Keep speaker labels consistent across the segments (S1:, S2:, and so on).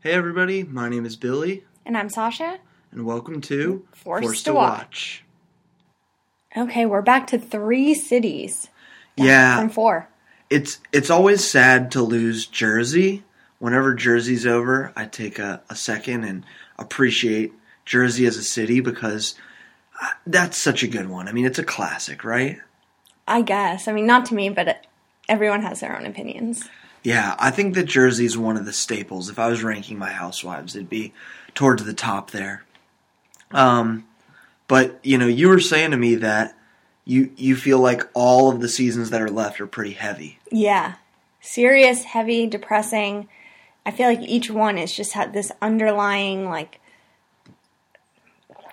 S1: Hey, everybody, my name is Billy,
S2: And I'm Sasha.
S1: and welcome to
S2: Forced to Watch. Okay, we're back to three cities
S1: Yeah,
S2: from four.
S1: it's it's always sad to lose Jersey. Whenever Jersey's over, I take a, a second and appreciate Jersey as a city because uh, that's such a good one. I mean, it's a classic, right?
S2: I guess. I mean, not to me, but it, everyone has their own opinions.
S1: Yeah, I think that Jersey's one of the staples. If I was ranking my housewives, it'd be towards the top there. Um, but you know, you were saying to me that you you feel like all of the seasons that are left are pretty heavy.
S2: Yeah. Serious, heavy, depressing. I feel like each one is just had this underlying, like,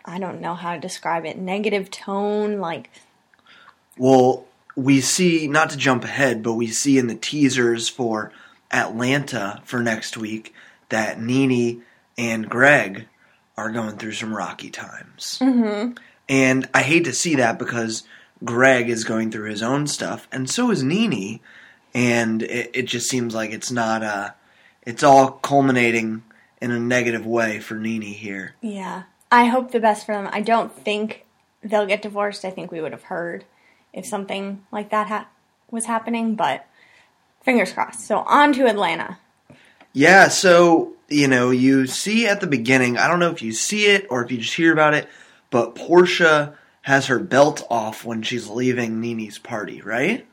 S2: I don't know how to describe it, negative tone. Like,
S1: Well, we see not to jump ahead, but we see in the teasers for Atlanta for next week that Nene and Greg are going through some rocky times. Mm-hmm. And I hate to see that because Greg is going through his own stuff, and so is Nene. And it, it just seems like it's not uh It's all culminating in a negative way for Nene here.
S2: yeah. I hope the best for them. I don't think they'll get divorced. I think we would have heard if something like that ha- was happening, but fingers crossed. So, on to Atlanta.
S1: Yeah, so, you know, you see at the beginning, I don't know if you see it or if you just hear about it, but Portia has her belt off when she's leaving Nini's party, right?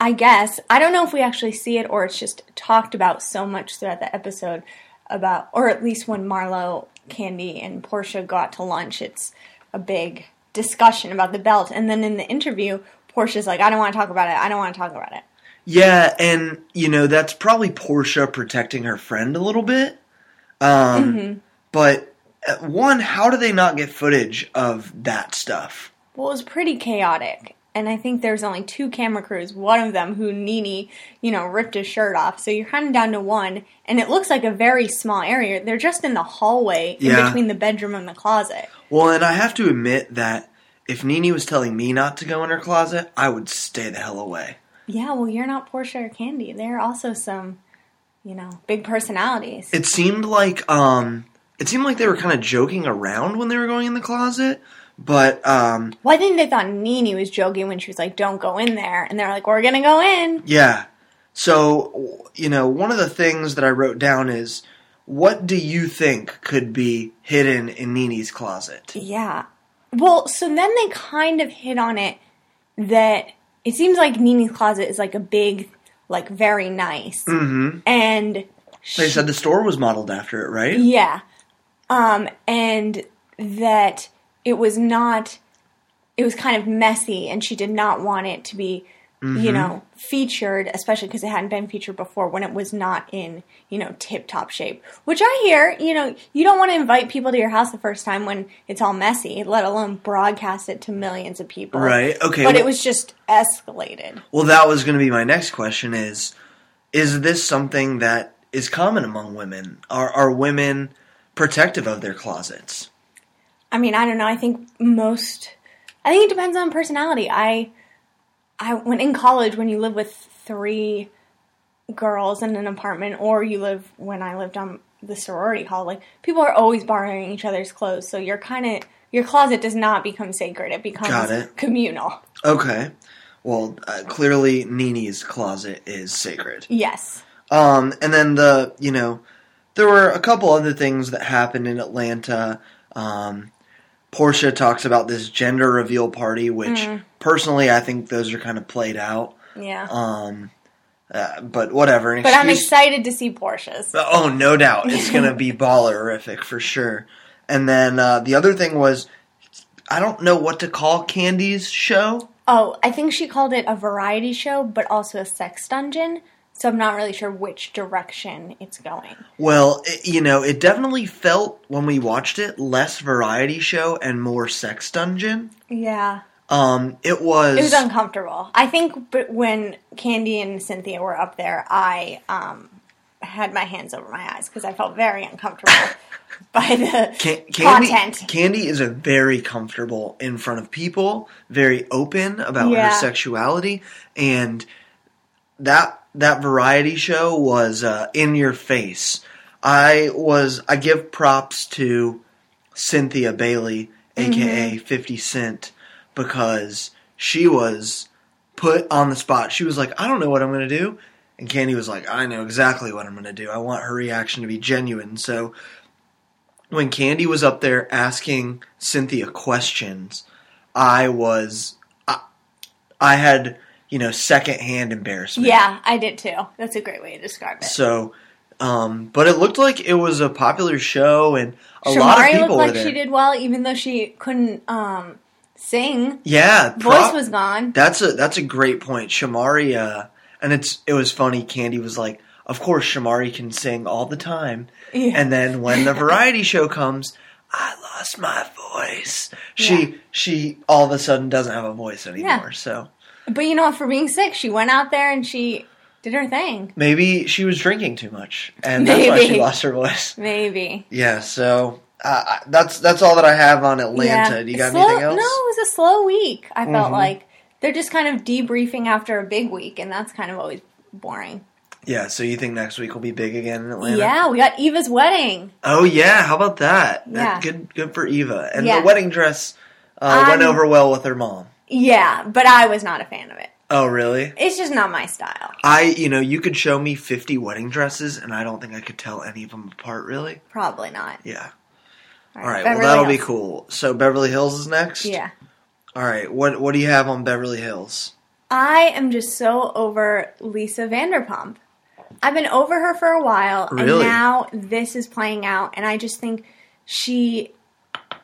S2: I guess. I don't know if we actually see it or it's just talked about so much throughout the episode about, or at least when Marlo, Candy, and Portia got to lunch, it's a big discussion about the belt. And then in the interview, Portia's like, I don't want to talk about it. I don't want to talk about it.
S1: Yeah, and, you know, that's probably Portia protecting her friend a little bit. Um, But, uh, one, how do they not get footage of that stuff?
S2: Well, it was pretty chaotic. And I think there's only two camera crews, one of them who Nini, you know, ripped his shirt off. So you're kind of down to one. And it looks like a very small area. They're just in the hallway
S1: Yeah.
S2: in between the bedroom and the closet.
S1: Well, and I have to admit that if Nini was telling me not to go in her closet, I would stay the hell away.
S2: Yeah, well, you're not Portia or Candy. They're also some, you know, big personalities.
S1: it seemed like um it seemed like they were kind of joking around when they were going in the closet but um
S2: well, I think they thought Nene was joking when she was like, "Don't go in there," and they're like, "We're gonna go in."
S1: yeah so you know one of the things that i wrote down is what do you think could be hidden in Nini's closet?
S2: Yeah. Well, so then they kind of hit on it that it seems like Nene's closet is like a big, like very nice,
S1: Mm-hmm.
S2: and she,
S1: They said the store was modeled after it, right?
S2: Yeah. Um, and that it was not, it was kind of messy, and she did not want it to be,
S1: Mm-hmm.
S2: you know, featured, especially because it hadn't been featured before when it was not in, you know, tip top shape. Which I hear, you know, you don't want to invite people to your house the first time when it's all messy, let alone broadcast it to millions of people.
S1: Right, okay,
S2: But
S1: well-
S2: it was just escalated.
S1: Well, that was going to be my next question is is this something that is common among women? Are are women protective of their closets?
S2: I mean, I don't know. I think most. I think it depends on personality. I, I when in college when you live with three girls in an apartment, or you live when I lived on the sorority hall, like people are always borrowing each other's clothes. So you're kind of your closet does not become sacred; it becomes
S1: Got it.
S2: communal.
S1: Okay. Well, uh, clearly Nini's closet is sacred.
S2: Yes.
S1: Um, and then the you know, there were a couple other things that happened in Atlanta. Um, Portia talks about this gender reveal party, which
S2: Mm.
S1: personally I think those are kind of played out.
S2: Yeah.
S1: Um, uh, but whatever. An
S2: but I'm
S1: excuse-
S2: excited to see Porsches.
S1: Oh, no doubt. It's going to be ballerific for sure. And then uh, the other thing was, I don't know what to call Candy's show.
S2: Oh, I think she called it a variety show, but also a sex dungeon. So I'm not really sure which direction it's going.
S1: Well, it, you know, it definitely felt when we watched it less variety show and more sex dungeon.
S2: Yeah.
S1: Um, it was,
S2: It was uncomfortable. I think b- when Candy and Cynthia were up there, I um, had my hands over my eyes because I felt very uncomfortable by the
S1: Can- Candy,
S2: content.
S1: Candy is a very comfortable in front of people, very open about her
S2: Yeah.
S1: sexuality, and that that variety show was uh, in your face. I was I give props to Cynthia Bailey,
S2: Mm-hmm.
S1: aka Fifty Cent, because she was put on the spot. She was like, I don't know what I'm gonna do. And Candy was like, I know exactly what I'm gonna do. I want her reaction to be genuine. So when Candy was up there asking Cynthia questions, I was I, I had, you know, secondhand embarrassment.
S2: Yeah, I did too. That's a great way to describe it.
S1: So, um, but it looked like it was a popular show, and a
S2: Shamari
S1: lot of people
S2: looked
S1: were
S2: like
S1: there.
S2: she did well, even though she couldn't um, sing.
S1: Yeah,
S2: Voice
S1: prop-
S2: was gone.
S1: That's a that's a great point, Shamari. Uh, and it's it was funny. Candy was like, "Of course, Shamari can sing all the time."
S2: Yeah.
S1: And then when the variety show comes, I lost my voice. She
S2: Yeah.
S1: she all of a sudden doesn't have a voice anymore. So
S2: But you know what? For being sick, she went out there and she did her thing.
S1: maybe she was drinking too much, and that's why she
S2: Maybe.
S1: lost her voice.
S2: Maybe.
S1: Yeah. So. Uh, I- that's that's all that I have on Atlanta. Do you got
S2: Slow-
S1: anything else?
S2: No, it was a slow week. I felt
S1: Mhm.
S2: like they're just kind of debriefing after a big week, and that's kind of always boring.
S1: Yeah, so you think next week will be big again in Atlanta?
S2: Yeah, we got Eva's wedding.
S1: Oh yeah, how about that? That-
S2: Yeah.
S1: good good for Eva. And
S2: Yeah.
S1: the wedding dress uh, went
S2: I'm-
S1: over well with her mom.
S2: Yeah, but I was not a fan of it.
S1: Oh really?
S2: It's just not my style.
S1: I you know, you could show me 50 wedding dresses and I don't think I could tell any of them apart really.
S2: Probably not.
S1: Yeah. All right.
S2: Beverly
S1: well, that'll be
S2: Hills.
S1: cool. So Beverly Hills is next?
S2: Yeah.
S1: All right. What what do you have on Beverly Hills?
S2: I am just so over Lisa Vanderpump. I've been over her for a while, and
S1: Really?
S2: now this is playing out, and I just think she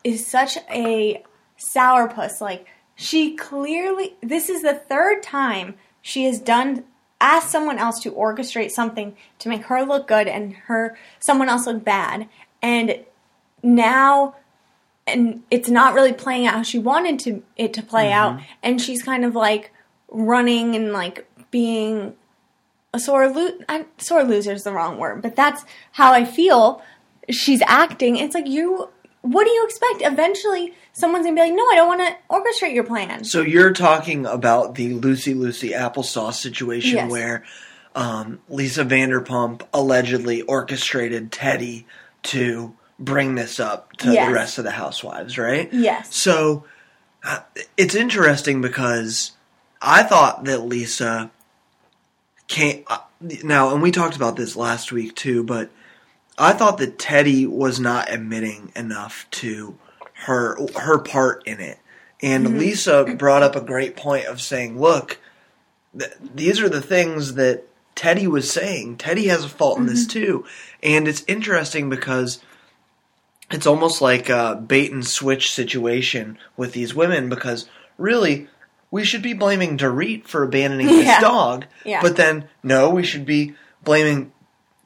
S2: is such a sourpuss. Like, she clearly, this is the third time she has done, asked someone else to orchestrate something to make her look good and her, someone else look bad. And now and it's not really playing out how she wanted to it to play out
S1: Mm-hmm.
S2: and she's kind of like running and like being a sore lo- I'm, sore loser is the wrong word but that's how i feel she's acting it's like you what do you expect eventually someone's gonna be like no i don't want to orchestrate your plan
S1: So you're talking about the Lucy Lucy applesauce situation
S2: Yes.
S1: where um, Lisa Vanderpump allegedly orchestrated Teddy to bring this up to
S2: Yes.
S1: the rest of the housewives, right?
S2: Yes.
S1: So uh, it's interesting because I thought that Lisa came uh, now, and we talked about this last week too, but I thought that Teddy was not admitting enough to her her part in it. And
S2: Mm-hmm.
S1: Lisa brought up a great point of saying, "Look, th- these are the things that Teddy was saying. Teddy has a fault in this
S2: Mm-hmm.
S1: too." And it's interesting because it's almost like a bait and switch situation with these women because really we should be blaming Dorit for abandoning this
S2: Yeah.
S1: dog,
S2: Yeah.
S1: but then no, we should be blaming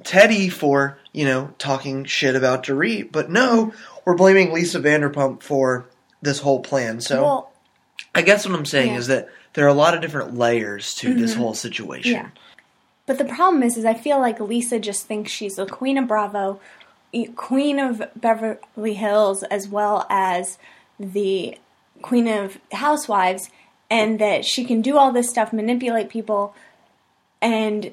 S1: Teddy for, you know, talking shit about Dorit, but no, we're blaming Lisa Vanderpump for this whole plan. So
S2: well
S1: I guess what I'm saying
S2: Yeah. Mm-hmm.
S1: is that there are a lot of different layers to this whole situation.
S2: Yeah. But the problem is, is I feel like Lisa just thinks she's the queen of Bravo, e- queen of Beverly Hills, as well as the queen of Housewives, and that she can do all this stuff, manipulate people, and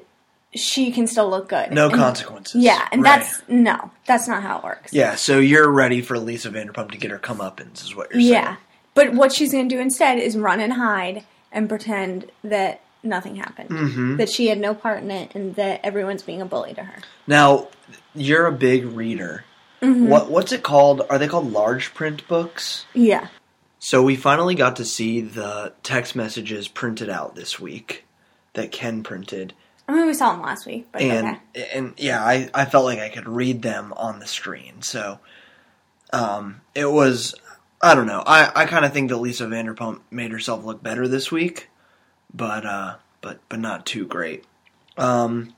S2: she can still look good.
S1: No
S2: And-
S1: consequences.
S2: Yeah, and
S1: Right.
S2: that's no, that's not how it works.
S1: Yeah, so you're ready for Lisa Vanderpump to get her comeuppance is what you're saying.
S2: Yeah. But what she's going to do instead is run and hide and pretend that nothing happened,
S1: Mm-hmm.
S2: that she had no part in it, and that everyone's being a bully to her.
S1: Now, you're a big reader.
S2: Mm-hmm.
S1: What what's it called? Are they called large print books?
S2: Yeah.
S1: So we finally got to see the text messages printed out this week that Ken printed.
S2: I mean, we saw them last week, but
S1: and
S2: okay.
S1: and yeah, I, I felt like I could read them on the screen. So um, it was I don't know. I, I kind of think that Lisa Vanderpump made herself look better this week, but uh, but but not too great. Um,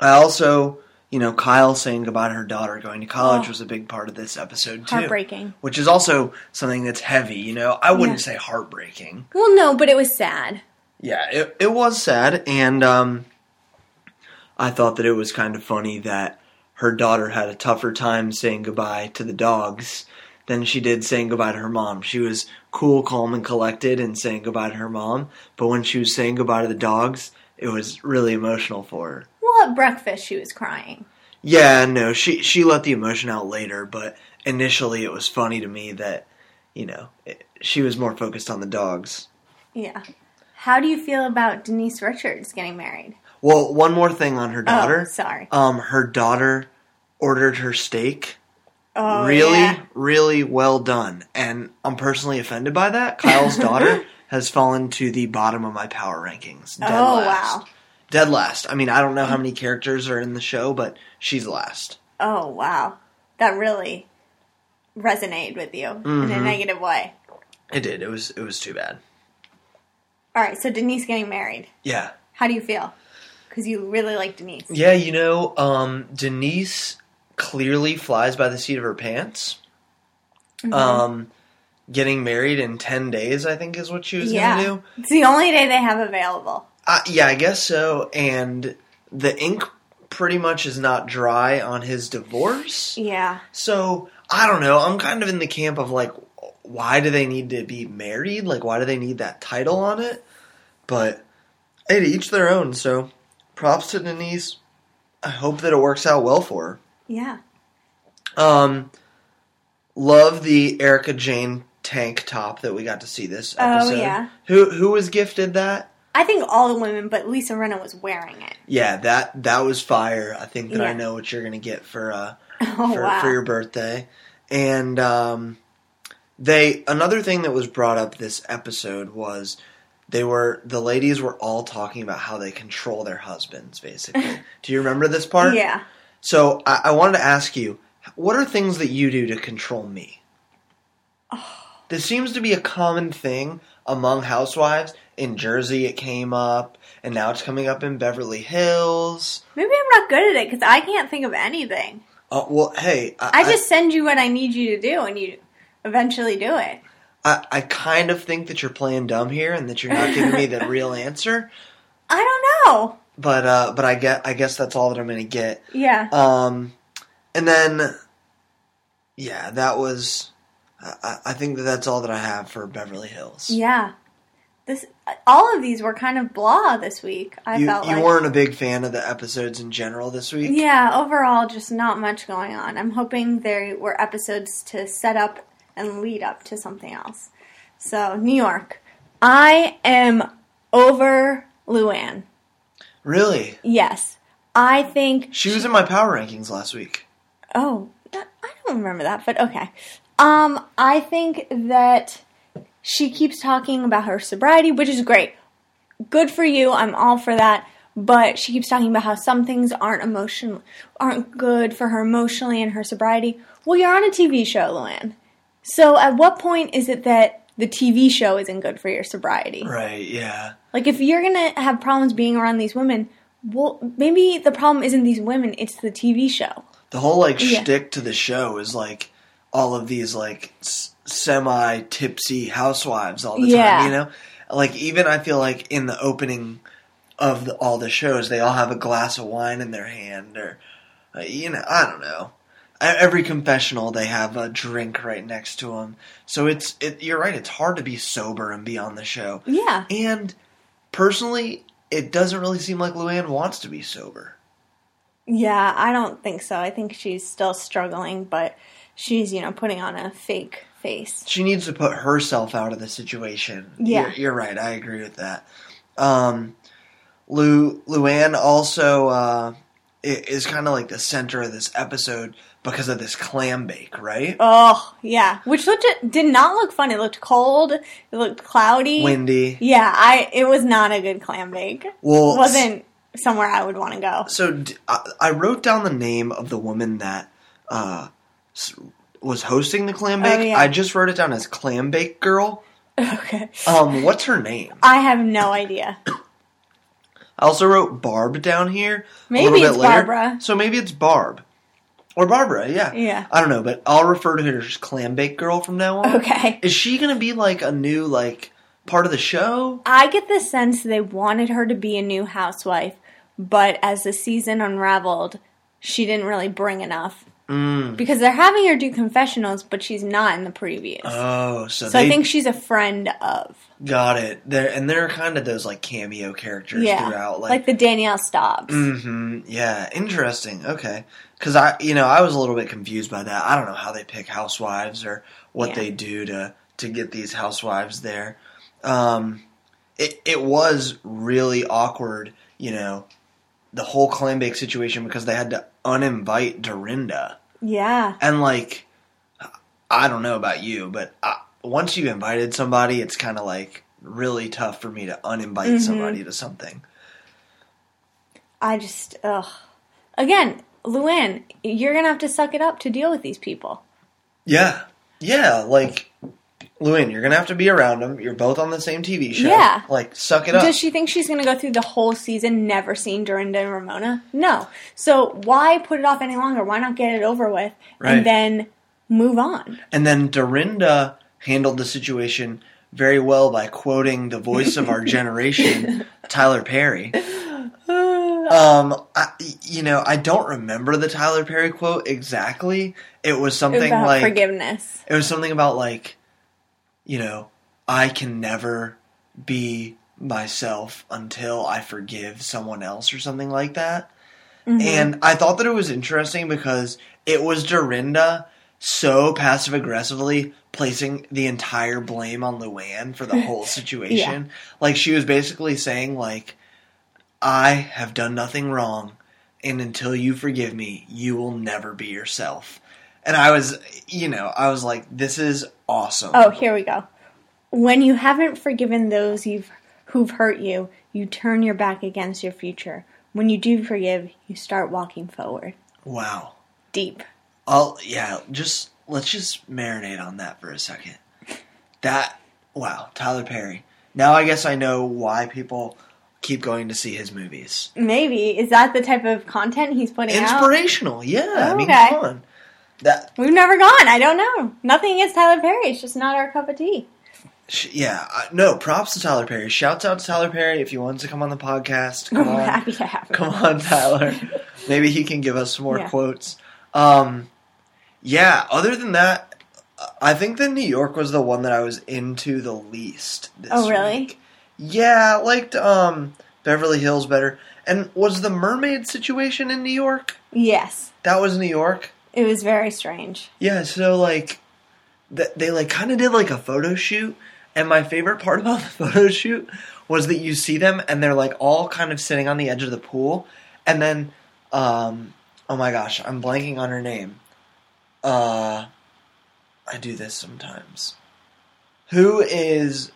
S1: I also you know Kyle saying goodbye to her daughter going to college
S2: Oh.
S1: was a big part of this episode too.
S2: Heartbreaking.
S1: Which is also something that's heavy, you know. I wouldn't
S2: Yeah.
S1: say heartbreaking.
S2: Well, no, but it was sad.
S1: Yeah, it, it was sad, and um, I thought that it was kind of funny that her daughter had a tougher time saying goodbye to the dogs than she did saying goodbye to her mom. She was cool, calm, and collected and saying goodbye to her mom, but when she was saying goodbye to the dogs, it was really emotional for her.
S2: Well, at breakfast she was crying.
S1: Yeah, no, she she let the emotion out later, but initially it was funny to me that you know it, she was more focused on the dogs.
S2: Yeah. How do you feel about Denise Richards getting married?
S1: Well, one more thing on her
S2: Oh,
S1: daughter.
S2: sorry.
S1: um, her daughter ordered her steak.
S2: Oh,
S1: really,
S2: yeah.
S1: really well done, and I'm personally offended by that. Kyle's daughter has fallen to the bottom of my power rankings. Dead
S2: Oh,
S1: last.
S2: wow.
S1: Dead last. I mean, I don't know how many characters are in the show, but she's last.
S2: Oh, wow. That really resonated with you in
S1: Mm-hmm.
S2: a negative way.
S1: It did. It was. It was too bad.
S2: All right, so Denise getting married.
S1: Yeah.
S2: How do you feel? Because you really like Denise.
S1: Yeah, you know, um, Denise clearly flies by the seat of her pants.
S2: Mm-hmm.
S1: Um, getting married in 10 days, I think, is what she was going to do.
S2: It's the only day they have available.
S1: Uh, yeah, I guess so. And the ink pretty much is not dry on his divorce.
S2: Yeah.
S1: So, I don't know. I'm kind of in the camp of like, why do they need to be married? Like, why do they need that title on it? But, hey, to each their own. So, props to Denise. I hope that it works out well for her.
S2: Yeah.
S1: Um, love the Erica Jane tank top that we got to see this
S2: Oh,
S1: episode.
S2: yeah.
S1: Who who was gifted that?
S2: I think all the women, but Lisa Renna was wearing it.
S1: Yeah, that that was fire. I think that I
S2: Yeah.
S1: know what you're gonna get for uh
S2: Oh,
S1: for,
S2: wow.
S1: for your birthday. And um, they another thing that was brought up this episode was they were the ladies were all talking about how they control their husbands. Basically, do you remember this part?
S2: yeah.
S1: So I, I wanted to ask you, what are things that you do to control me? This seems to be a common thing among housewives. In Jersey, it came up, and now it's coming up in Beverly Hills.
S2: Maybe I'm not good at it because I can't think of anything.
S1: Uh, well, hey, I,
S2: I just send you what I need you to do, and you eventually do it.
S1: I, I kind of think that you're playing dumb here and that you're not giving me the real answer.
S2: I don't know.
S1: But uh, but I get I guess that's all that I'm gonna get.
S2: Yeah.
S1: Um, and then, yeah, that was. I- I, I think that that's all that I have for Beverly Hills.
S2: Yeah. This all of these were kind of blah this week. I
S1: you,
S2: felt
S1: you
S2: like
S1: weren't a big fan of the episodes in general this week.
S2: Yeah, overall just not much going on. I'm hoping there were episodes to set up and lead up to something else. So, New York. I am over Luann.
S1: Really?
S2: Yes. I think
S1: She was in my power rankings last week.
S2: Oh, that, I don't remember that, but okay. Um, I think that she keeps talking about her sobriety, which is great. Good for you. I'm all for that. But she keeps talking about how some things aren't emotion aren't good for her emotionally and her sobriety. Well, you're on a TV show, Luann. So at what point is it that the TV show isn't good for your sobriety?
S1: Right, yeah.
S2: Like if you're gonna have problems being around these women, well, maybe the problem isn't these women; it's the TV show.
S1: The whole like
S2: Yeah.
S1: shtick to the show is like all of these like s- semi tipsy housewives all the
S2: Yeah.
S1: time, you know? Like even I feel like in the opening of the, all the shows, they all have a glass of wine in their hand or uh, you know, I don't know. E- Every confessional they have a drink right next to them. So it's it, you're right, it's hard to be sober and be on the show.
S2: Yeah.
S1: And personally, it doesn't really seem like Luann wants to be sober.
S2: Yeah, I don't think so. I think she's still struggling, but she's, you know, putting on a fake face.
S1: She needs to put herself out of the situation.
S2: Yeah.
S1: You're, you're right. I agree with that. Um, Lu Luann also uh, i- is kind of like the center of this episode because of this clam bake, right?
S2: Oh, yeah. Which looked did not look fun. It looked cold. It looked cloudy.
S1: Windy.
S2: Yeah, I it was not a good clam bake.
S1: Well,
S2: it wasn't somewhere I would want to go.
S1: So d- I, I wrote down the name of the woman that uh, s- was hosting the clam
S2: Oh,
S1: bake.
S2: yeah.
S1: I just wrote it down as clam bake girl.
S2: Okay.
S1: Um, what's her name?
S2: I have no idea.
S1: I also wrote Barb down here.
S2: Maybe
S1: a little
S2: it's
S1: bit later.
S2: Barbara.
S1: So maybe it's Barb. Or Barbara, yeah.
S2: Yeah.
S1: I don't know, but I'll refer to her as Clam Bake Girl from now on.
S2: Okay.
S1: Is she going to be like a new, like, part of the show?
S2: I get the sense they wanted her to be a new housewife, but as the season unraveled, she didn't really bring enough Because they're having her do confessionals, but she's not in the previous.
S1: Oh, so,
S2: so
S1: they
S2: I think she's a friend of.
S1: got it. There and there are kind of those like cameo characters
S2: Yeah.
S1: throughout,
S2: like, the Danielle Stobbs.
S1: hmm Yeah, interesting. Okay, because I, you know, I was a little bit confused by that. I don't know how they pick housewives or what
S2: Yeah.
S1: they do to to get these housewives there. Um, it it was really awkward, you know, the whole clam bake situation because they had to uninvite Dorinda
S2: Yeah.
S1: and like, I don't know about you, but I, once you invited somebody, it's kind of like really tough for me to uninvite somebody to something.
S2: I just, ugh. Again, Luann, you're going to have to suck it up to deal with these people.
S1: Yeah. Yeah, like Luann, you're gonna have to be around them. You're both on the same TV show.
S2: Yeah.
S1: Like, suck it up.
S2: Does she think she's going to go through the whole season never seeing Dorinda and Ramona? No. So why put it off any longer? Why not get it over with
S1: Right.
S2: and then move on?
S1: and then Dorinda handled the situation very well by quoting the voice of our generation, Tyler Perry. Um, I, you know, I don't remember the Tyler Perry quote exactly. It was something
S2: about
S1: like
S2: forgiveness.
S1: it was something about like you know i can never be myself until i forgive someone else or something like that and i thought that it was interesting because it was dorinda so passive aggressively placing the entire blame on luann for the whole situation like she was basically saying like i have done nothing wrong and until you forgive me, you will never be yourself. And I was, you know, I was like, this is awesome.
S2: Oh, here we go. When you haven't forgiven those you've who've hurt you, you turn your back against your future. When you do forgive, you start walking forward.
S1: Wow.
S2: Deep.
S1: I'll, yeah, just let's just marinate on that for a second. That, wow, Tyler Perry. Now I guess I know why people keep going to see his movies.
S2: Maybe is that the type of content he's putting out?
S1: Inspirational, yeah. I mean,
S2: Okay.
S1: come on. That,
S2: We've never gone. I don't know. Nothing against Tyler Perry. It's just not our cup of tea.
S1: Sh- Yeah, I, no. Props to Tyler Perry. Shouts out to Tyler Perry if he wants to come on the podcast. Come
S2: We're
S1: on,
S2: happy to have him.
S1: come on, Tyler. Maybe he can give us some more
S2: Yeah.
S1: quotes. Um, yeah. Other than that, I think that New York was the one that I was into the least. This
S2: Oh, really?
S1: week. Yeah, I liked um, Beverly Hills better. And was the mermaid situation in New York?
S2: Yes,
S1: That was New York.
S2: it was very strange.
S1: Yeah, so like th- they like kind of did like a photo shoot and my favorite part about the photo shoot was that you see them and they're like all kind of sitting on the edge of the pool and then um oh my gosh, I'm blanking on her name. Uh I do this sometimes. Who is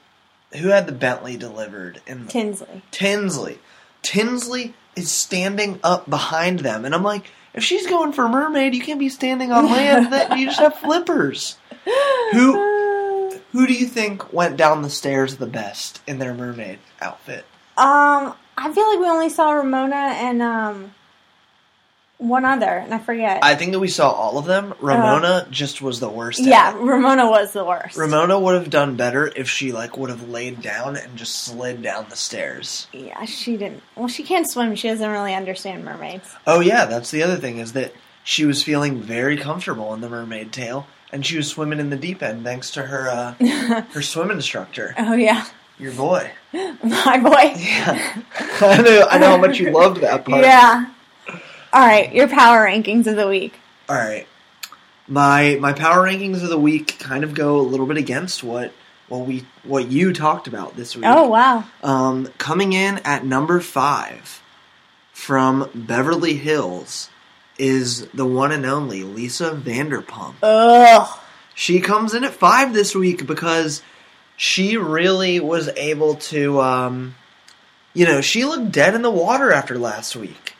S1: who had the Bentley delivered in the
S2: Tinsley.
S1: Tinsley. Tinsley is standing up behind them, and I'm like, if she's going for a mermaid, you can't be standing on land. That you just have flippers. Who who do you think went down the stairs the best in their mermaid outfit?
S2: Um, I feel like we only saw Ramona and um one other, and I forget.
S1: I think that we saw all of them. Ramona just was the worst. at
S2: yeah,
S1: it.
S2: Ramona was the worst.
S1: Ramona would have done better if she like would have laid down and just slid down the stairs.
S2: Yeah, she didn't. Well, she can't swim. She doesn't really understand mermaids.
S1: Oh yeah, that's the other thing is that she was feeling very comfortable in the mermaid tail, and she was swimming in the deep end thanks to her uh, her swim instructor,
S2: Oh yeah,
S1: your boy.
S2: my boy.
S1: Yeah, I know. I know how much you loved that part.
S2: Yeah. All right, your power rankings of the week.
S1: All right. My my power rankings of the week kind of go a little bit against what what we what you talked about this week.
S2: Oh wow.
S1: Um, coming in at number five from Beverly Hills is the one and only Lisa Vanderpump.
S2: Ugh.
S1: She comes in at five this week because she really was able to, um, you know, she looked dead in the water after last week.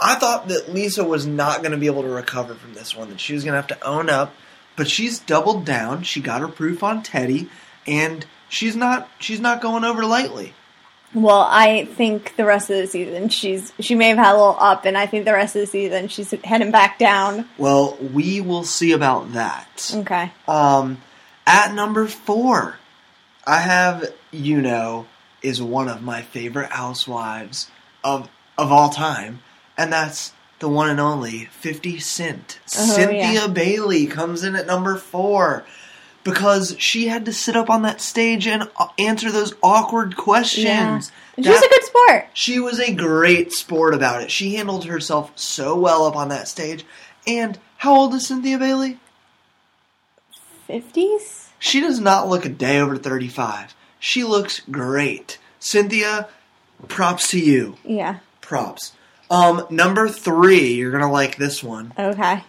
S1: I thought that Lisa was not going to be able to recover from this one, that she was going to have to own up, but she's doubled down. She got her proof on Teddy, and she's not she's not going over lightly.
S2: Well, I think the rest of the season she's she may have had a little up, and I think the rest of the season she's heading back down.
S1: Well, we will see about that.
S2: Okay.
S1: Um, at number four, I have you know is one of my favorite housewives of of all time, and that's the one and only 50 Cent.
S2: Oh,
S1: Cynthia
S2: yeah.
S1: Bailey comes in at number four because she had to sit up on that stage and uh, answer those awkward questions.
S2: Yeah. And
S1: That-
S2: she was a good sport.
S1: she was a great sport about it. She handled herself so well up on that stage. And how old is Cynthia Bailey?
S2: 50s?
S1: She does not look a day over 35. She looks great. Cynthia, props to you.
S2: Yeah.
S1: Props. Um, number three, you're gonna like this one.
S2: Okay.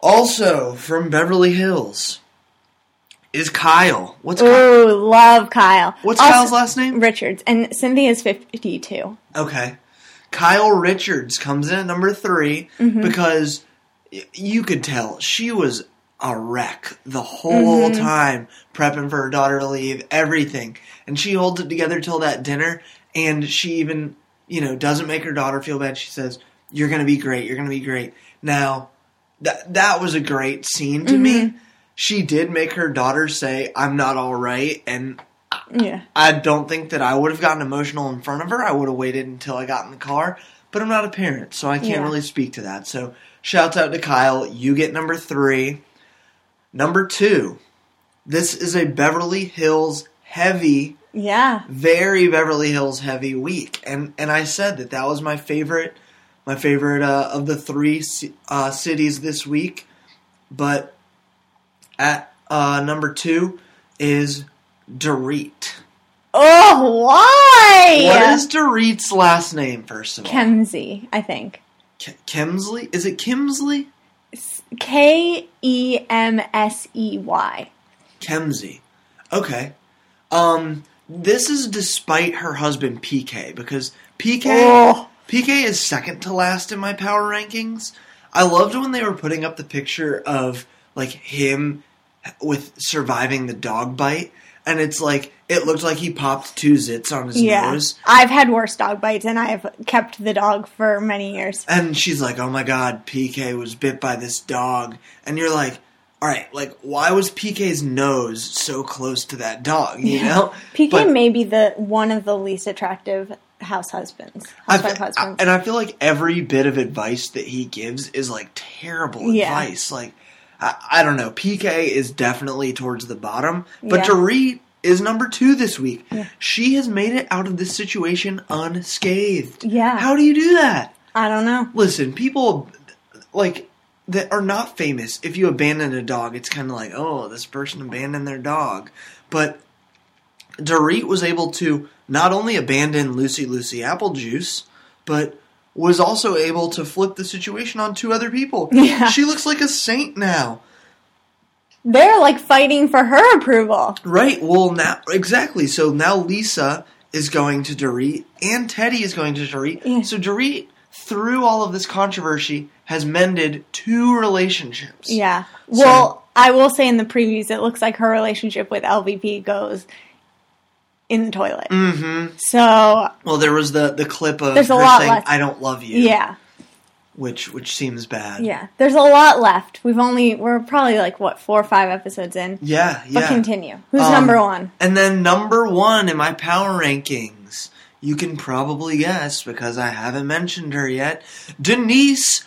S1: Also from Beverly Hills is Kyle. What's Kyle?
S2: Ooh, love Kyle.
S1: What's
S2: Also-
S1: Kyle's last name?
S2: Richards. And Cynthia's 52.
S1: Okay. Kyle Richards comes in at number 3 because y- you could tell she was a wreck the whole time, prepping for her daughter to leave, everything. And she holds it together till that dinner, and she even, you know, doesn't make her daughter feel bad. She says, You're going to be great. You're going to be great. Now, that, that was a great scene to me. She did make her daughter say, I'm not all right, and
S2: Yeah.
S1: I don't think that I would have gotten emotional in front of her. I would have waited until I got in the car, but I'm not a parent, so I can't
S2: Yeah.
S1: really speak to that. So, shouts out to Kyle. You get number three. Number two, this is a Beverly Hills heavy,
S2: Yeah.
S1: very Beverly Hills heavy week, and and I said that that was my favorite, my favorite uh, of the three ci- uh, cities this week, but at uh, number two is Dorit.
S2: Oh, why?
S1: What is Dorit's last name, first of all?
S2: Kemsey, I think.
S1: Ke- Kemsley? Is it Kimsley?
S2: K E M S E Y.
S1: Kemsey. Okay. Um, this is despite her husband PK because PK
S2: Oh.
S1: PK is second to last in my power rankings. I loved when they were putting up the picture of like him with surviving the dog bite, and it's like it looked like he popped two zits on his
S2: Yeah.
S1: nose.
S2: I've had worse dog bites and I have kept the dog for many years.
S1: And she's like, "Oh my god, PK was bit by this dog." And you're like, "All right, like why was PK's nose so close to that dog?" You know?
S2: PK
S1: But
S2: may be the one of the least attractive house husbands.
S1: I
S2: Housewife
S1: fe-
S2: husbands.
S1: and I feel like every bit of advice that he gives is like terrible
S2: Yeah.
S1: advice. Like I, I don't know, PK is definitely towards the bottom, but
S2: Yeah.
S1: Dorit is number 2 this week. She has made it out of this situation unscathed.
S2: Yeah.
S1: How do you do that?
S2: I don't know.
S1: listen, people like that are not famous. If you abandon a dog, it's kind of like, oh, this person abandoned their dog. But Dorit was able to not only abandon Lucy Lucy Apple Juice, but was also able to flip the situation on two other people.
S2: Yeah.
S1: She looks like a saint now.
S2: They're like fighting for her approval.
S1: Right. Well, now exactly. So now Lisa is going to Dorit, and Teddy is going to Dorit.
S2: Yeah.
S1: So Dorit, through all of this controversy, has mended two relationships.
S2: Yeah. Well, I will say in the previews, it looks like her relationship with LVP goes in the toilet. Mm-hmm. So,
S1: Well, there was the the clip of
S2: There's a
S1: her
S2: lot
S1: saying,
S2: left.
S1: "I don't love you,"
S2: yeah.
S1: which which seems bad.
S2: Yeah. There's a lot left. We've only, we're probably like, what, four or five episodes in?
S1: Yeah.
S2: But
S1: Yeah.
S2: continue. Who's
S1: Um,
S2: number one?
S1: And then number one in my power rankings, you can probably guess because I haven't mentioned her yet Denise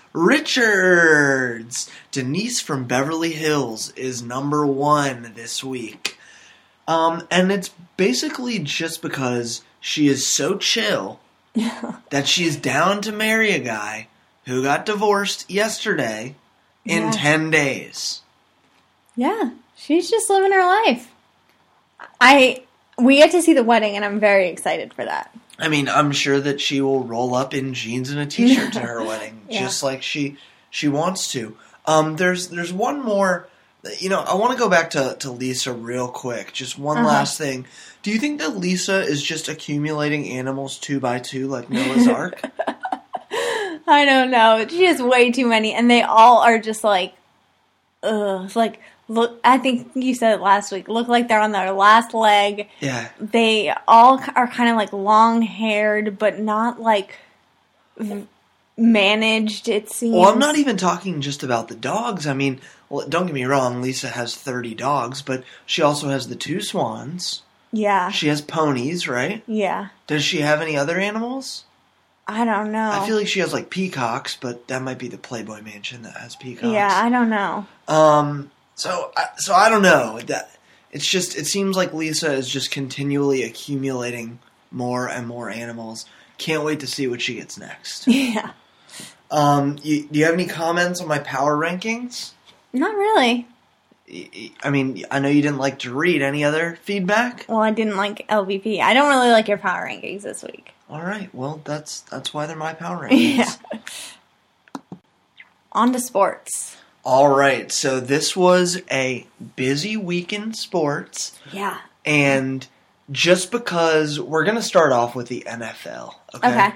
S1: Richards. Denise from Beverly Hills is number one this week. Um, and it's basically just because she is so chill that she's down to marry a guy who got divorced yesterday in
S2: Yeah.
S1: 10 days.
S2: Yeah. She's just living her life. I, we get to see the wedding, and I'm very excited for that.
S1: I mean, I'm sure that she will roll up in jeans and a t-shirt to her wedding,
S2: Yeah.
S1: just like she she wants to. Um, there's there's one more. You know, I want to go back to, to Lisa real quick. Just one last thing. Do you think that Lisa is just accumulating animals two by two like Noah's Ark?
S2: I don't know. She has way too many, and they all are just like, ugh. It's Like, look, I think you said it last week. Look like they're on their last leg.
S1: yeah,
S2: They all k- are kind of like long haired, but not like m- managed. It seems.
S1: Well, I'm not e-, even talking just about the dogs. I mean, well, don't get me wrong. Lisa has 30 dogs, but she also has the two swans.
S2: Yeah,
S1: She has ponies, right?
S2: yeah.
S1: Does she have any other animals?
S2: I don't know.
S1: I feel like she has like peacocks, but that might be the Playboy Mansion that has peacocks.
S2: yeah, I don't know.
S1: Um. So I, so I don't know. That it's just it seems like Lisa is just continually accumulating more and more animals. Can't wait to see what she gets next.
S2: Yeah,
S1: Um. You, do you have any comments on my power rankings?
S2: not really.
S1: Y- y- I mean, I know you didn't like to read. Any other feedback?
S2: Well, I didn't like LVP. I don't really like your power rankings this week.
S1: All right. Well, that's that's why they're my power rankings.
S2: Yeah. On to sports.
S1: All right. So this was a busy week in sports.
S2: Yeah.
S1: and just because we're going to start off with the NFL, okay?
S2: Okay.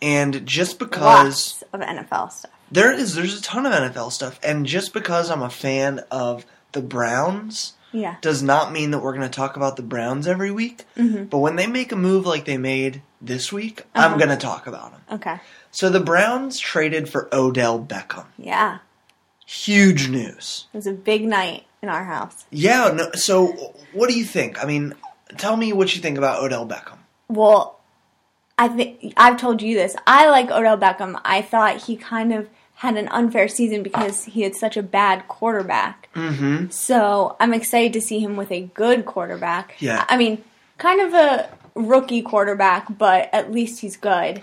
S1: And just because
S2: Lots of NFL stuff.
S1: there is there's a ton of NFL stuff and just because I'm a fan of the Browns
S2: Yeah.
S1: does not mean that we're going to talk about the Browns every week,
S2: Mm-hmm.
S1: but when they make a move like they made this week,
S2: Uh-huh.
S1: I'm going to talk about them.
S2: Okay.
S1: So the Browns traded for Odell Beckham.
S2: Yeah.
S1: Huge news.
S2: It was a big night in our house.
S1: Yeah, no, so what do you think? I mean, tell me what you think about Odell Beckham.
S2: Well, I think I've told you this. I like Odell Beckham. I thought he kind of had an unfair season because he had such a bad quarterback. Mm-hmm. So I'm excited to see him with a good quarterback.
S1: Yeah.
S2: I mean, kind of a rookie quarterback, but at least he's good.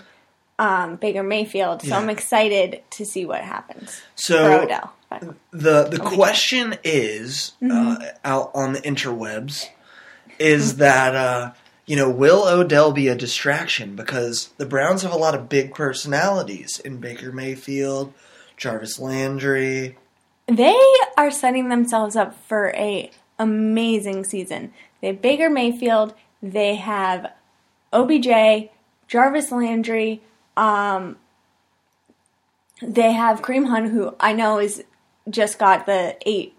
S2: Um, Baker Mayfield. So
S1: Yeah.
S2: I'm excited to see what happens
S1: So
S2: for Odell. Beckham.
S1: the the question is uh,
S2: Mm-hmm.
S1: out on the interwebs is that uh, you know will Odell be a distraction because the Browns have a lot of big personalities in Baker Mayfield, Jarvis Landry.
S2: They are setting themselves up for a amazing season. They have Baker Mayfield, they have OBJ, Jarvis Landry, um, they have Kareem Hunt, who I know is just got the eight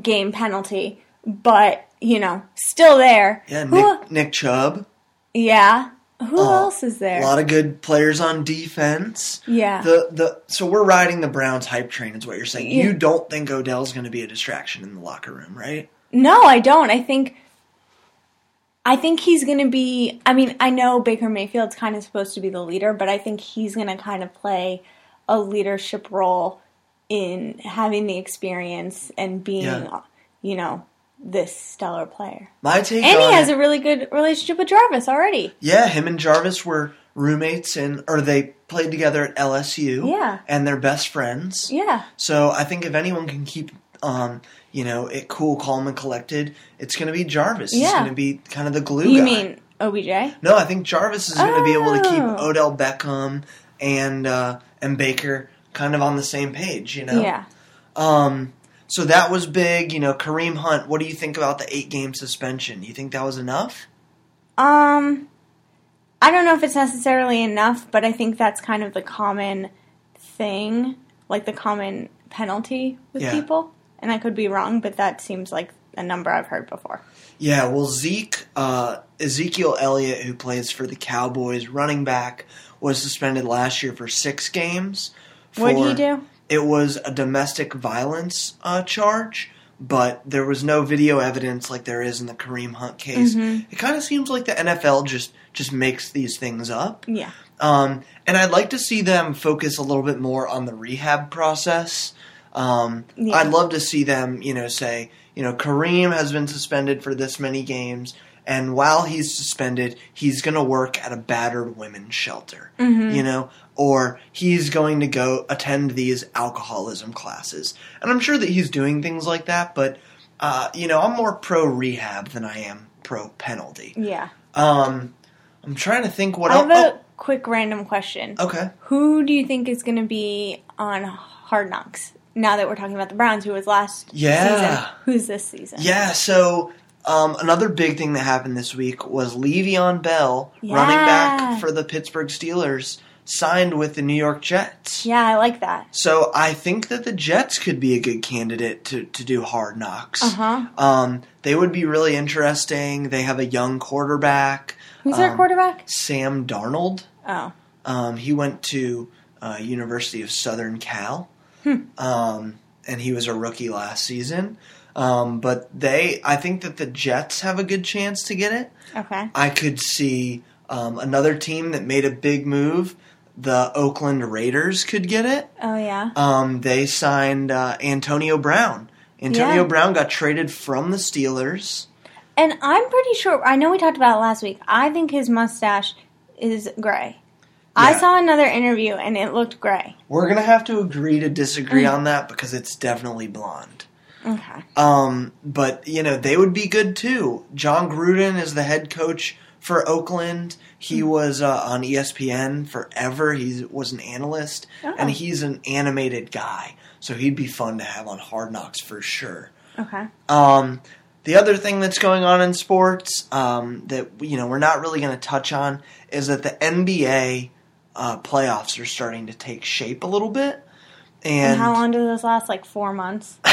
S2: game penalty, but you know, still there.
S1: Yeah,
S2: who,
S1: Nick, Nick Chubb.
S2: yeah. Who
S1: Uh,
S2: else is there?
S1: A lot of good players on defense.
S2: yeah.
S1: The the so we're riding the Browns hype train is what you're saying.
S2: Yeah.
S1: You don't think Odell's going to be a distraction in the locker room, right?
S2: No, I don't. I think I think he's going to be I mean, I know Baker Mayfield's kind of supposed to be the leader, but I think he's going to kind of play a leadership role in having the experience and being,
S1: Yeah.
S2: you know, this stellar player.
S1: My take
S2: And
S1: on
S2: he has
S1: it-
S2: a really good relationship with Jarvis already.
S1: Yeah, him and Jarvis were roommates and or they played together at LSU.
S2: Yeah.
S1: And they're best friends.
S2: Yeah.
S1: So I think if anyone can keep um, you know, it cool, calm and collected, it's gonna be Jarvis. He's
S2: Yeah.
S1: gonna be kind of the glue
S2: You
S1: guy.
S2: mean OBJ?
S1: No, I think Jarvis is gonna be able to keep
S2: Oh.
S1: Odell Beckham and uh and Baker kind of on the same page, you know?
S2: Yeah.
S1: Um so that was big, you know, Kareem Hunt, what do you think about the eight game suspension? You think that was enough?
S2: Um, I don't know if it's necessarily enough, but I think that's kind of the common thing, like the common penalty with
S1: Yeah.
S2: people. And I could be wrong, but that seems like a number I've heard before.
S1: Yeah, well, Zeke, uh, Ezekiel Elliott, who plays for the Cowboys, running back, was suspended last year for six games.
S2: What did
S1: for-
S2: he do?
S1: It was a domestic violence uh, charge, but there was no video evidence like there is in the Kareem Hunt case.
S2: Mm-hmm.
S1: It kind of seems like the NFL just just makes these things up.
S2: Yeah,
S1: Um, and I'd like to see them focus a little bit more on the rehab process. Um,
S2: Yeah.
S1: I'd love to see them, you know, say, you know, Kareem has been suspended for this many games, and while he's suspended, he's going to work at a battered women's shelter, you know, or he's going to go attend these alcoholism classes. And I'm sure that he's doing things like that, but, uh, you know, I'm more pro rehab than I am pro penalty.
S2: yeah.
S1: Um, I'm trying to think what
S2: I have
S1: else.
S2: a quick random question.
S1: oh, okay.
S2: Who do you think is going to be on Hard Knocks? Now that we're talking about the Browns, who was last
S1: Yeah.
S2: season, who's this season?
S1: Yeah, so um, another big thing that happened this week was Le'Veon Bell, running
S2: Yeah.
S1: back for the Pittsburgh Steelers, signed with the New York Jets.
S2: yeah, I like that.
S1: So I think that the Jets could be a good candidate to, to do hard knocks.
S2: Uh huh.
S1: Um, they would be really interesting. They have a young quarterback,
S2: Who's their
S1: Um,
S2: quarterback?
S1: Sam Darnold.
S2: Oh,
S1: Um, he went to uh, University of Southern Cal, um, and he was a rookie last season. Um, but they, I think that the Jets have a good chance to get it.
S2: okay.
S1: I could see Um, another team that made a big move, the Oakland Raiders could get it.
S2: Oh yeah.
S1: Um, they signed uh, Antonio Brown. Antonio
S2: Yeah.
S1: Brown got traded from the Steelers.
S2: And I'm pretty sure. I know we talked about it last week. I think his mustache is gray. I
S1: Yeah.
S2: saw another interview and it looked gray.
S1: We're gonna have to agree to disagree on that because it's definitely blonde.
S2: Okay.
S1: Um, but you know they would be good too. John Gruden is the head coach for Oakland. He
S2: Hmm.
S1: was uh, on ESPN forever. He was an analyst, and
S2: Oh.
S1: he's an animated guy, so he'd be fun to have on Hard Knocks for sure.
S2: Okay.
S1: Um, the other thing that's going on in sports um, that you know we're not really going to touch on is that the NBA uh, playoffs are starting to take shape a little bit, and,
S2: And, how long do those last? Like four months.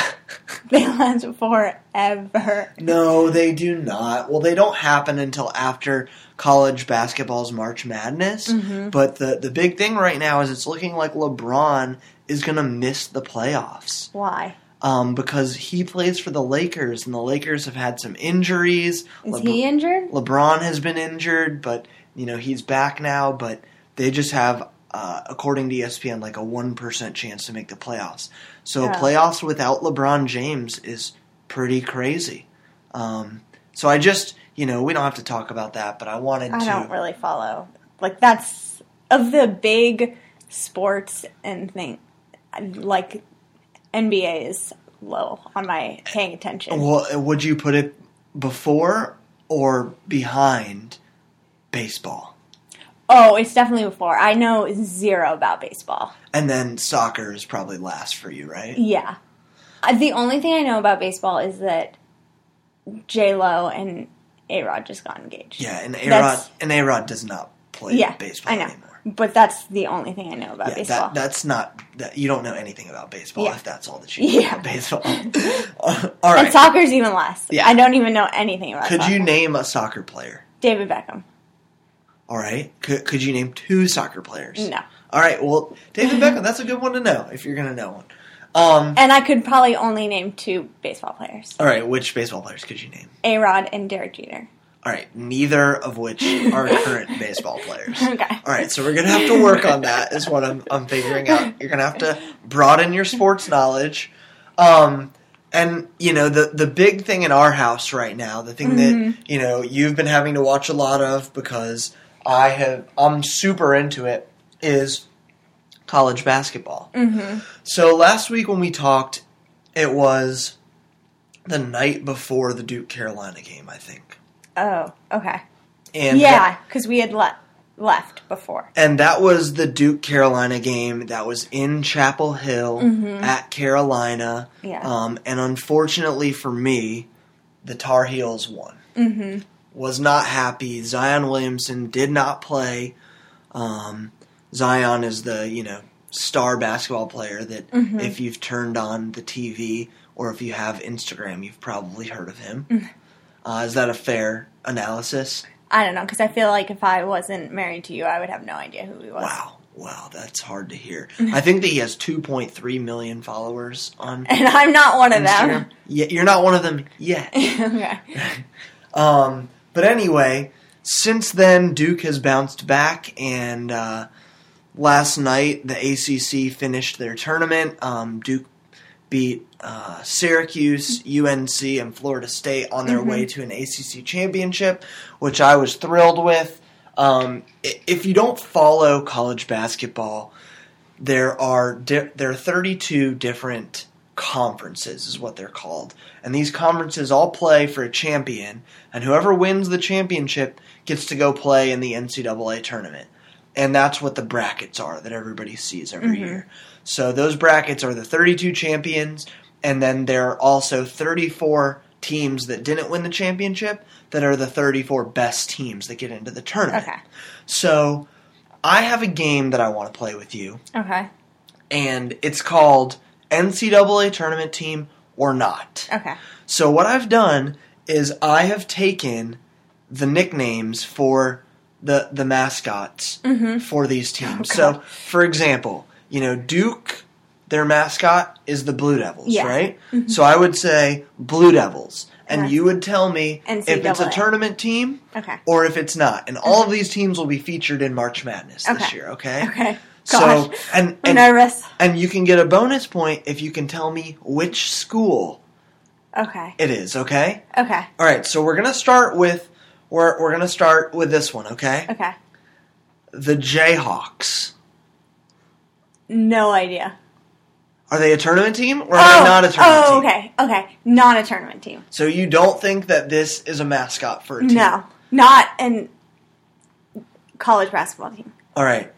S2: they last forever.
S1: no, they do not. Well, they don't happen until after college basketball's March Madness.
S2: Mm-hmm.
S1: But the the big thing right now is it's looking like LeBron is going to miss the playoffs.
S2: Why?
S1: um, because he plays for the Lakers, and the Lakers have had some injuries.
S2: Is
S1: LeBron-
S2: he injured?
S1: LeBron has been injured, but you know he's back now. But they just have, uh, according to ESPN, like a one percent chance to make the playoffs. So
S2: Yeah.
S1: playoffs without LeBron James is pretty crazy. Um, so I just, you know, we don't have to talk about that, but I wanted
S2: I
S1: to.
S2: don't really follow. Like that's of the big sports and thing. Like NBA is low on my paying attention.
S1: Well, would you put it before or behind baseball?
S2: Oh, it's definitely before. I know zero about baseball.
S1: And then soccer is probably last for you, right?
S2: Yeah. Uh, The only thing I know about baseball is that J Lo and A Rod just got engaged.
S1: Yeah, and A Rod
S2: That's-
S1: and A Rod does not play
S2: Yeah,
S1: baseball
S2: I know.
S1: anymore.
S2: But that's the only thing I know about
S1: Yeah,
S2: baseball.
S1: that, that's not that you don't know anything about baseball
S2: Yeah.
S1: if that's all that you know
S2: Yeah.
S1: about baseball. all right.
S2: And soccer's even less.
S1: Yeah.
S2: I don't even know anything about
S1: could you
S2: soccer.
S1: name a soccer player?
S2: David Beckham.
S1: All right. Could, could you name two soccer players?
S2: No.
S1: All right. Well, David Beckham, that's a good one to know if you're going to know one. Um,
S2: And I could probably only name two baseball players
S1: all right. Which baseball players could you name?
S2: A Rod and Derek Jeter.
S1: All right. Neither of which are current baseball players.
S2: Okay.
S1: All right, so we're gonna have to work on that. Is what I'm, I'm figuring out. You're gonna have to broaden your sports knowledge, um, and you know the the big thing in our house right now, the thing
S2: Mm-hmm.
S1: that you know you've been having to watch a lot of because I have I'm super into it is college basketball.
S2: Mm-hmm.
S1: So last week when we talked, it was the night before the Duke Carolina game, I think,
S2: Oh, okay.
S1: and
S2: yeah, because we had le- left before.
S1: And that was the Duke Carolina game. That was in Chapel Hill at Carolina.
S2: Mm-hmm. Yeah.
S1: Um, and unfortunately for me, the Tar Heels won.
S2: Mm-hmm.
S1: Was not happy. Zion Williamson did not play. Um, Zion is the you know star basketball player that
S2: Mm-hmm.
S1: if you've turned on the TV or if you have Instagram, you've probably heard of him.
S2: Mm.
S1: Uh, is that a fair analysis?
S2: I don't know, because I feel like if I wasn't married to you, I would have no idea who he was.
S1: Wow. Wow, that's hard to hear. I think that he has 2.3 million followers on
S2: And I'm not one of
S1: Instagram. Yeah, you're not one of them yet.
S2: them. okay.
S1: Um, but anyway, since then, Duke has bounced back, and uh, last night the ACC finished their tournament. Um, Duke beat uh, Syracuse, UNC, and Florida State on their way to an ACC championship, which I was thrilled with. Um, i- if you don't follow college basketball, there are di- there are 32 different conferences is what they're called and these conferences all play for a champion and whoever wins the championship gets to go play in the ncaa tournament and that's what the brackets are that everybody sees every year so those brackets are the 32 champions and then there are also 34 teams that didn't win the championship that are the 34 best teams that get into the tournament
S2: Okay.
S1: so i have a game that i want to play with you
S2: Okay.
S1: and it's called NCAA Tournament Team or Not.
S2: Okay.
S1: So what I've done is I have taken the nicknames for the the
S2: Mm-hmm. Oh,
S1: mascots for these teams. so for example, you know Duke their mascot is the Blue Devils,
S2: Yeah. Mm-hmm.
S1: right? So I would say Blue Devils. And
S2: Yeah.
S1: you would tell me if it's a
S2: NCAA.
S1: tournament team
S2: Okay. Mm-hmm.
S1: or if it's not. And all of these teams will be featured in March Madness this
S2: Okay.
S1: year, okay?
S2: Okay.
S1: So
S2: Gosh.
S1: and
S2: I'm
S1: and,
S2: nervous.
S1: and you can get a bonus point if you can tell me which school
S2: Okay.
S1: it is, okay?
S2: Okay.
S1: All right, so we're going to start with we're we're going to start with this one, okay?
S2: Okay.
S1: The Jayhawks.
S2: No idea.
S1: Are they a tournament team or are they not a tournament
S2: oh,
S1: team?
S2: okay. Okay. Not a tournament team.
S1: So you don't think that this is a mascot for a team?
S2: No. Not an college basketball team.
S1: All right.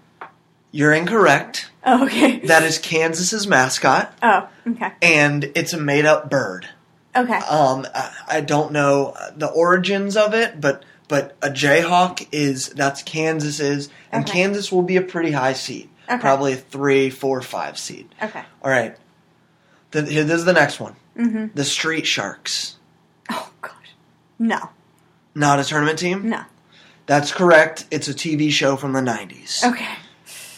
S1: You're incorrect.
S2: Oh, okay.
S1: That is Kansas's mascot,
S2: oh, okay.
S1: and it's a made up bird.
S2: Okay.
S1: Um, I, I don't know uh, the origins of it, but but a Jayhawk is that's Kansas's, and
S2: Okay.
S1: Kansas will be a pretty high seed,
S2: Okay.
S1: probably a three, four, five seed.
S2: okay.
S1: All right. The, here, this is the next one.
S2: Mhm.
S1: The Street Sharks,
S2: Oh gosh. No.
S1: not a tournament team.
S2: No.
S1: That's correct. It's a TV show from the '90s.
S2: Okay.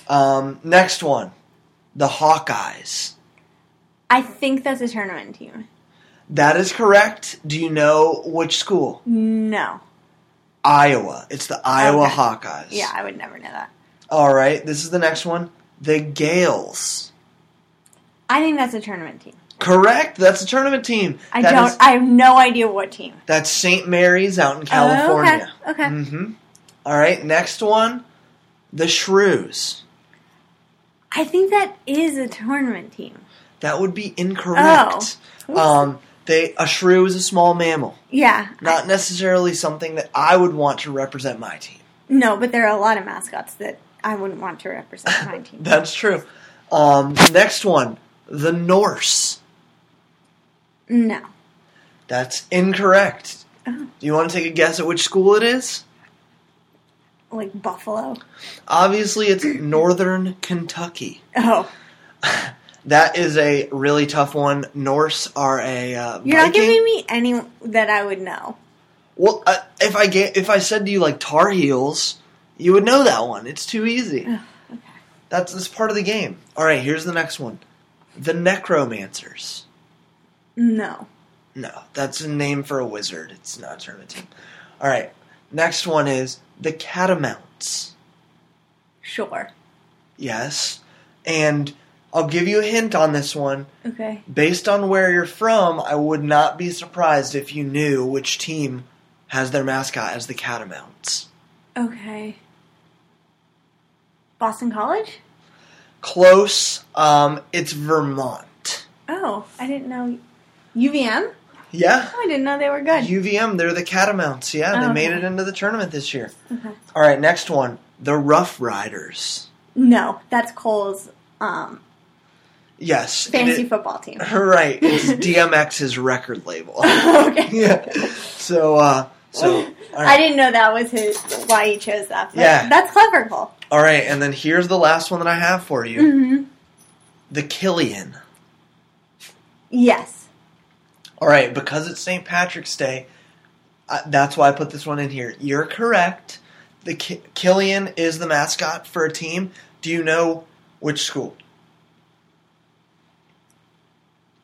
S1: Um, next one, the Hawkeyes.
S2: I think that's a tournament team.
S1: That is correct. Do you know which school?
S2: No.
S1: Iowa. It's the Iowa
S2: Okay.
S1: Hawkeyes.
S2: Yeah, I would never know that.
S1: All right. This is the next one. The Gales.
S2: I think that's a tournament team.
S1: Correct. That's a tournament team.
S2: I
S1: That
S2: don't.
S1: is-
S2: I have no idea what team.
S1: that's St. Mary's out in California.
S2: Oh, okay. Okay.
S1: Mm-hmm. All right. Next one. The Shrews.
S2: I think that is a tournament team.
S1: That would be incorrect.
S2: What's-
S1: Um, they a shrew is a small mammal,
S2: Yeah.
S1: not necessarily something that I would want to represent my team.
S2: No, but there are a lot of mascots that I wouldn't want to represent my team.
S1: That's true. Um, next one, the Norse.
S2: No.
S1: That's incorrect.
S2: Oh.
S1: Do you want to take a guess at which school it is?
S2: Like Buffalo.
S1: Obviously, it's Northern Kentucky.
S2: Oh.
S1: That is a really tough one. Norse are a uh,
S2: You're not
S1: Viking.
S2: giving me any that I would know.
S1: well, uh, if I ga- if I said to you like Tar Heels, you would know that one. It's too easy. That's that's part of the game. All right, here's the next one. The Necromancers.
S2: No.
S1: No, that's a name for a wizard. It's not a tournament team. All right, next one is the Catamounts.
S2: Sure.
S1: Yes, and I'll give you a hint on this one.
S2: Okay.
S1: Based on where you're from, I would not be surprised if you knew which team has their mascot as the Catamounts.
S2: Okay. Boston College?
S1: Close. Um, it's Vermont.
S2: Oh, I didn't know. UVM?
S1: Yeah.
S2: Oh, I didn't know they were good.
S1: UVM, they're the Catamounts. Yeah, they
S2: Oh,
S1: made
S2: okay.
S1: it into the tournament this year.
S2: Okay.
S1: All right, next one. The Rough Riders.
S2: No, that's Cole's um,
S1: Yes. it
S2: fantasy
S1: is-
S2: football team.
S1: Right, it's DMX's record label.
S2: okay.
S1: yeah. So, uh, so, all
S2: I
S1: right.
S2: didn't know that was his why he chose that. but
S1: Yeah.
S2: that's clever, Cole.
S1: all right, and then here's the last one that I have for you
S2: Mm-hmm.
S1: the Killian.
S2: Yes.
S1: All right, because it's St. Patrick's Day, uh, that's why I put this one in here. You're correct. The Ki- Killian is the mascot for a team. Do you know which school?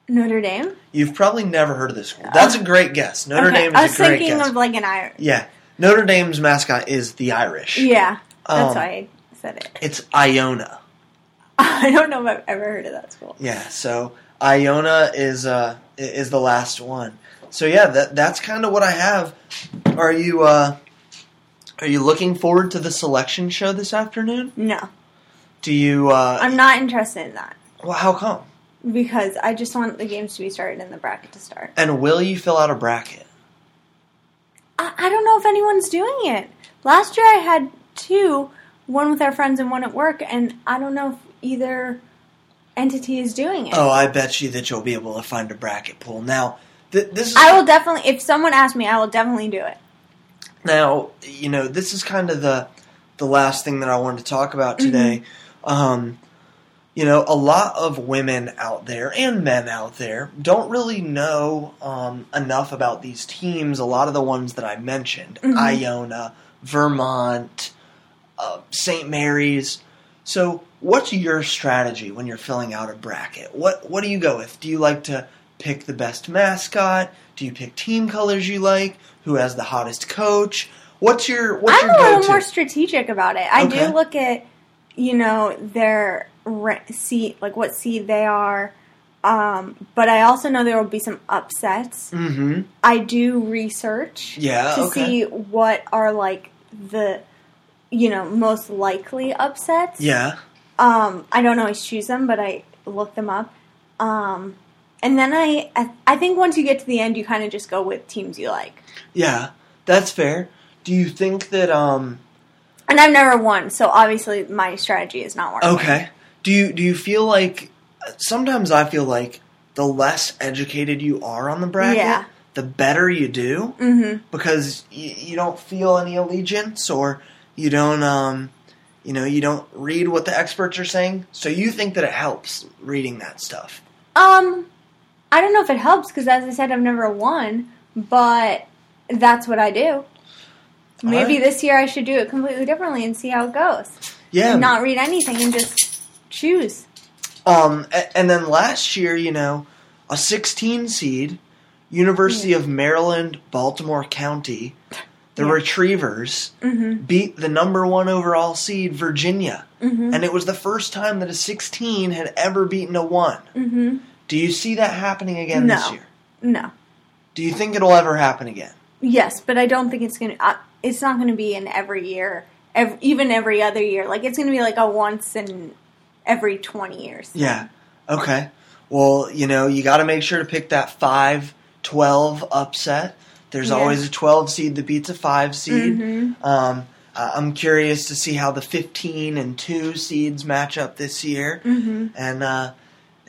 S2: Notre Dame.
S1: You've probably never heard of this school. That's a great guess. Notre
S2: Uh, Okay.
S1: Dame is
S2: I was
S1: a great
S2: thinking
S1: guess.
S2: of like an Irish.
S1: yeah, Notre Dame's mascot is the Irish.
S2: Yeah, that's
S1: Um,
S2: why I said it.
S1: It's Iona.
S2: I don't know if I've ever heard of that school.
S1: Yeah, so Iona is uh i- is the last one. So yeah, that that's kind of what I have. Are you uh are you looking forward to the selection show this afternoon?
S2: No,
S1: Do you uh
S2: I'm not interested in that
S1: well, how come?
S2: because I just want the games to be started and the bracket to start.
S1: And will you fill out a bracket?
S2: I, I don't know if anyone's doing it. Last year I had two, one with our friends and one at work, and I don't know if either entity is doing it.
S1: Oh, I bet you that you'll be able to find a bracket pool. Now, th- this is
S2: I will definitely. If someone asks me, I will definitely do it.
S1: Now, you know, this is kind of the the last thing that I wanted to talk about today. Um, you know, a lot of women out there and men out there don't really know um, enough about these teams. A lot of the ones that I mentioned, Iona, Vermont, uh, St. Mary's. So, what's your strategy when you're filling out a bracket? What what do you go with? Do you like to pick the best mascot? Do you pick team colors you like? Who has the hottest coach? What's your what's
S2: I'm
S1: your
S2: a
S1: go
S2: little
S1: to?
S2: more strategic about it. I
S1: Okay.
S2: do look at, you know, their ra- seed, like what seed they are. Um, but I also know there will be some upsets.
S1: mm-hmm.
S2: I do research
S1: Yeah,
S2: to
S1: Oh, okay.
S2: see what are like the, you know, most likely upsets.
S1: Yeah.
S2: Um, I don't always choose them, but I look them up. Um, and then I, I, I think once you get to the end, you kind of just go with teams you like.
S1: Yeah. That's fair. Do you think that um
S2: And I've never won, so obviously my strategy is not working.
S1: Okay. Do you do you feel like sometimes I feel like the less educated you are on the bracket,
S2: Yeah.
S1: the better you do
S2: Mm-hmm.
S1: because you, you don't feel any allegiance or you don't um you know you don't read what the experts are saying. So you think that it helps reading that stuff.
S2: Um, I don't know if it helps because, as I said, I've never won, but that's what I do. Maybe
S1: Alright.
S2: this year I should do it completely differently and see how it goes.
S1: Yeah.
S2: And not read anything and just choose.
S1: Um, a- and then last year, you know, a 16 seed, University of Maryland, Baltimore County, the
S2: Mm. Yeah.
S1: Retrievers
S2: Mm-hmm.
S1: beat the number one overall seed, Virginia,
S2: Mm-hmm.
S1: and it was the first time that a 16 had ever beaten a one.
S2: Mm-hmm.
S1: Do you see that happening again this
S2: No.
S1: year?
S2: No.
S1: Do you think it'll ever happen again?
S2: Yes, but I don't think it's gonna. Uh, it's not gonna be in every year, ev even every other year. Like it's gonna be like a once in every twenty years.
S1: Yeah. Okay. Well, you know, you got to make sure to pick that 5 12 upset. There's
S2: Yeah.
S1: always a 12 seed that beats a 5 seed.
S2: Mhm.
S1: Um, uh, I'm curious to see how the 15 and 2 seeds match up this year.
S2: Mm-hmm.
S1: And, uh,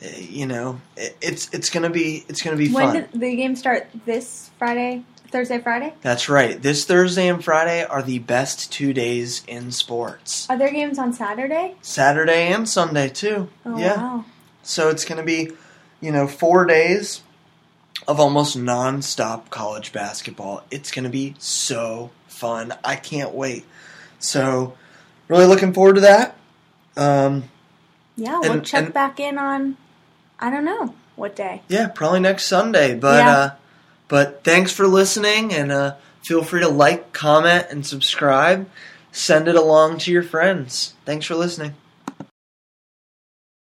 S1: eh, you know, it, it's it's gonna be it's gonna be
S2: When
S1: fun.
S2: did the game start? This Friday, Thursday, Friday.
S1: That's right. This Thursday and Friday are the best two days in sports.
S2: Are there games on Saturday?
S1: Saturday and Sunday too.
S2: Oh,
S1: yeah.
S2: Wow.
S1: So it's going to be, you know, four days of almost nonstop college basketball. It's going to be so fun. I can't wait. So, really looking forward to that. Um,
S2: Yeah, we'll
S1: And-
S2: check
S1: and-
S2: back in on. I don't know what day.
S1: yeah, probably next Sunday. But
S2: Yeah.
S1: uh, but thanks for listening, and uh, feel free to like, comment, and subscribe. Send it along to your friends. Thanks for listening.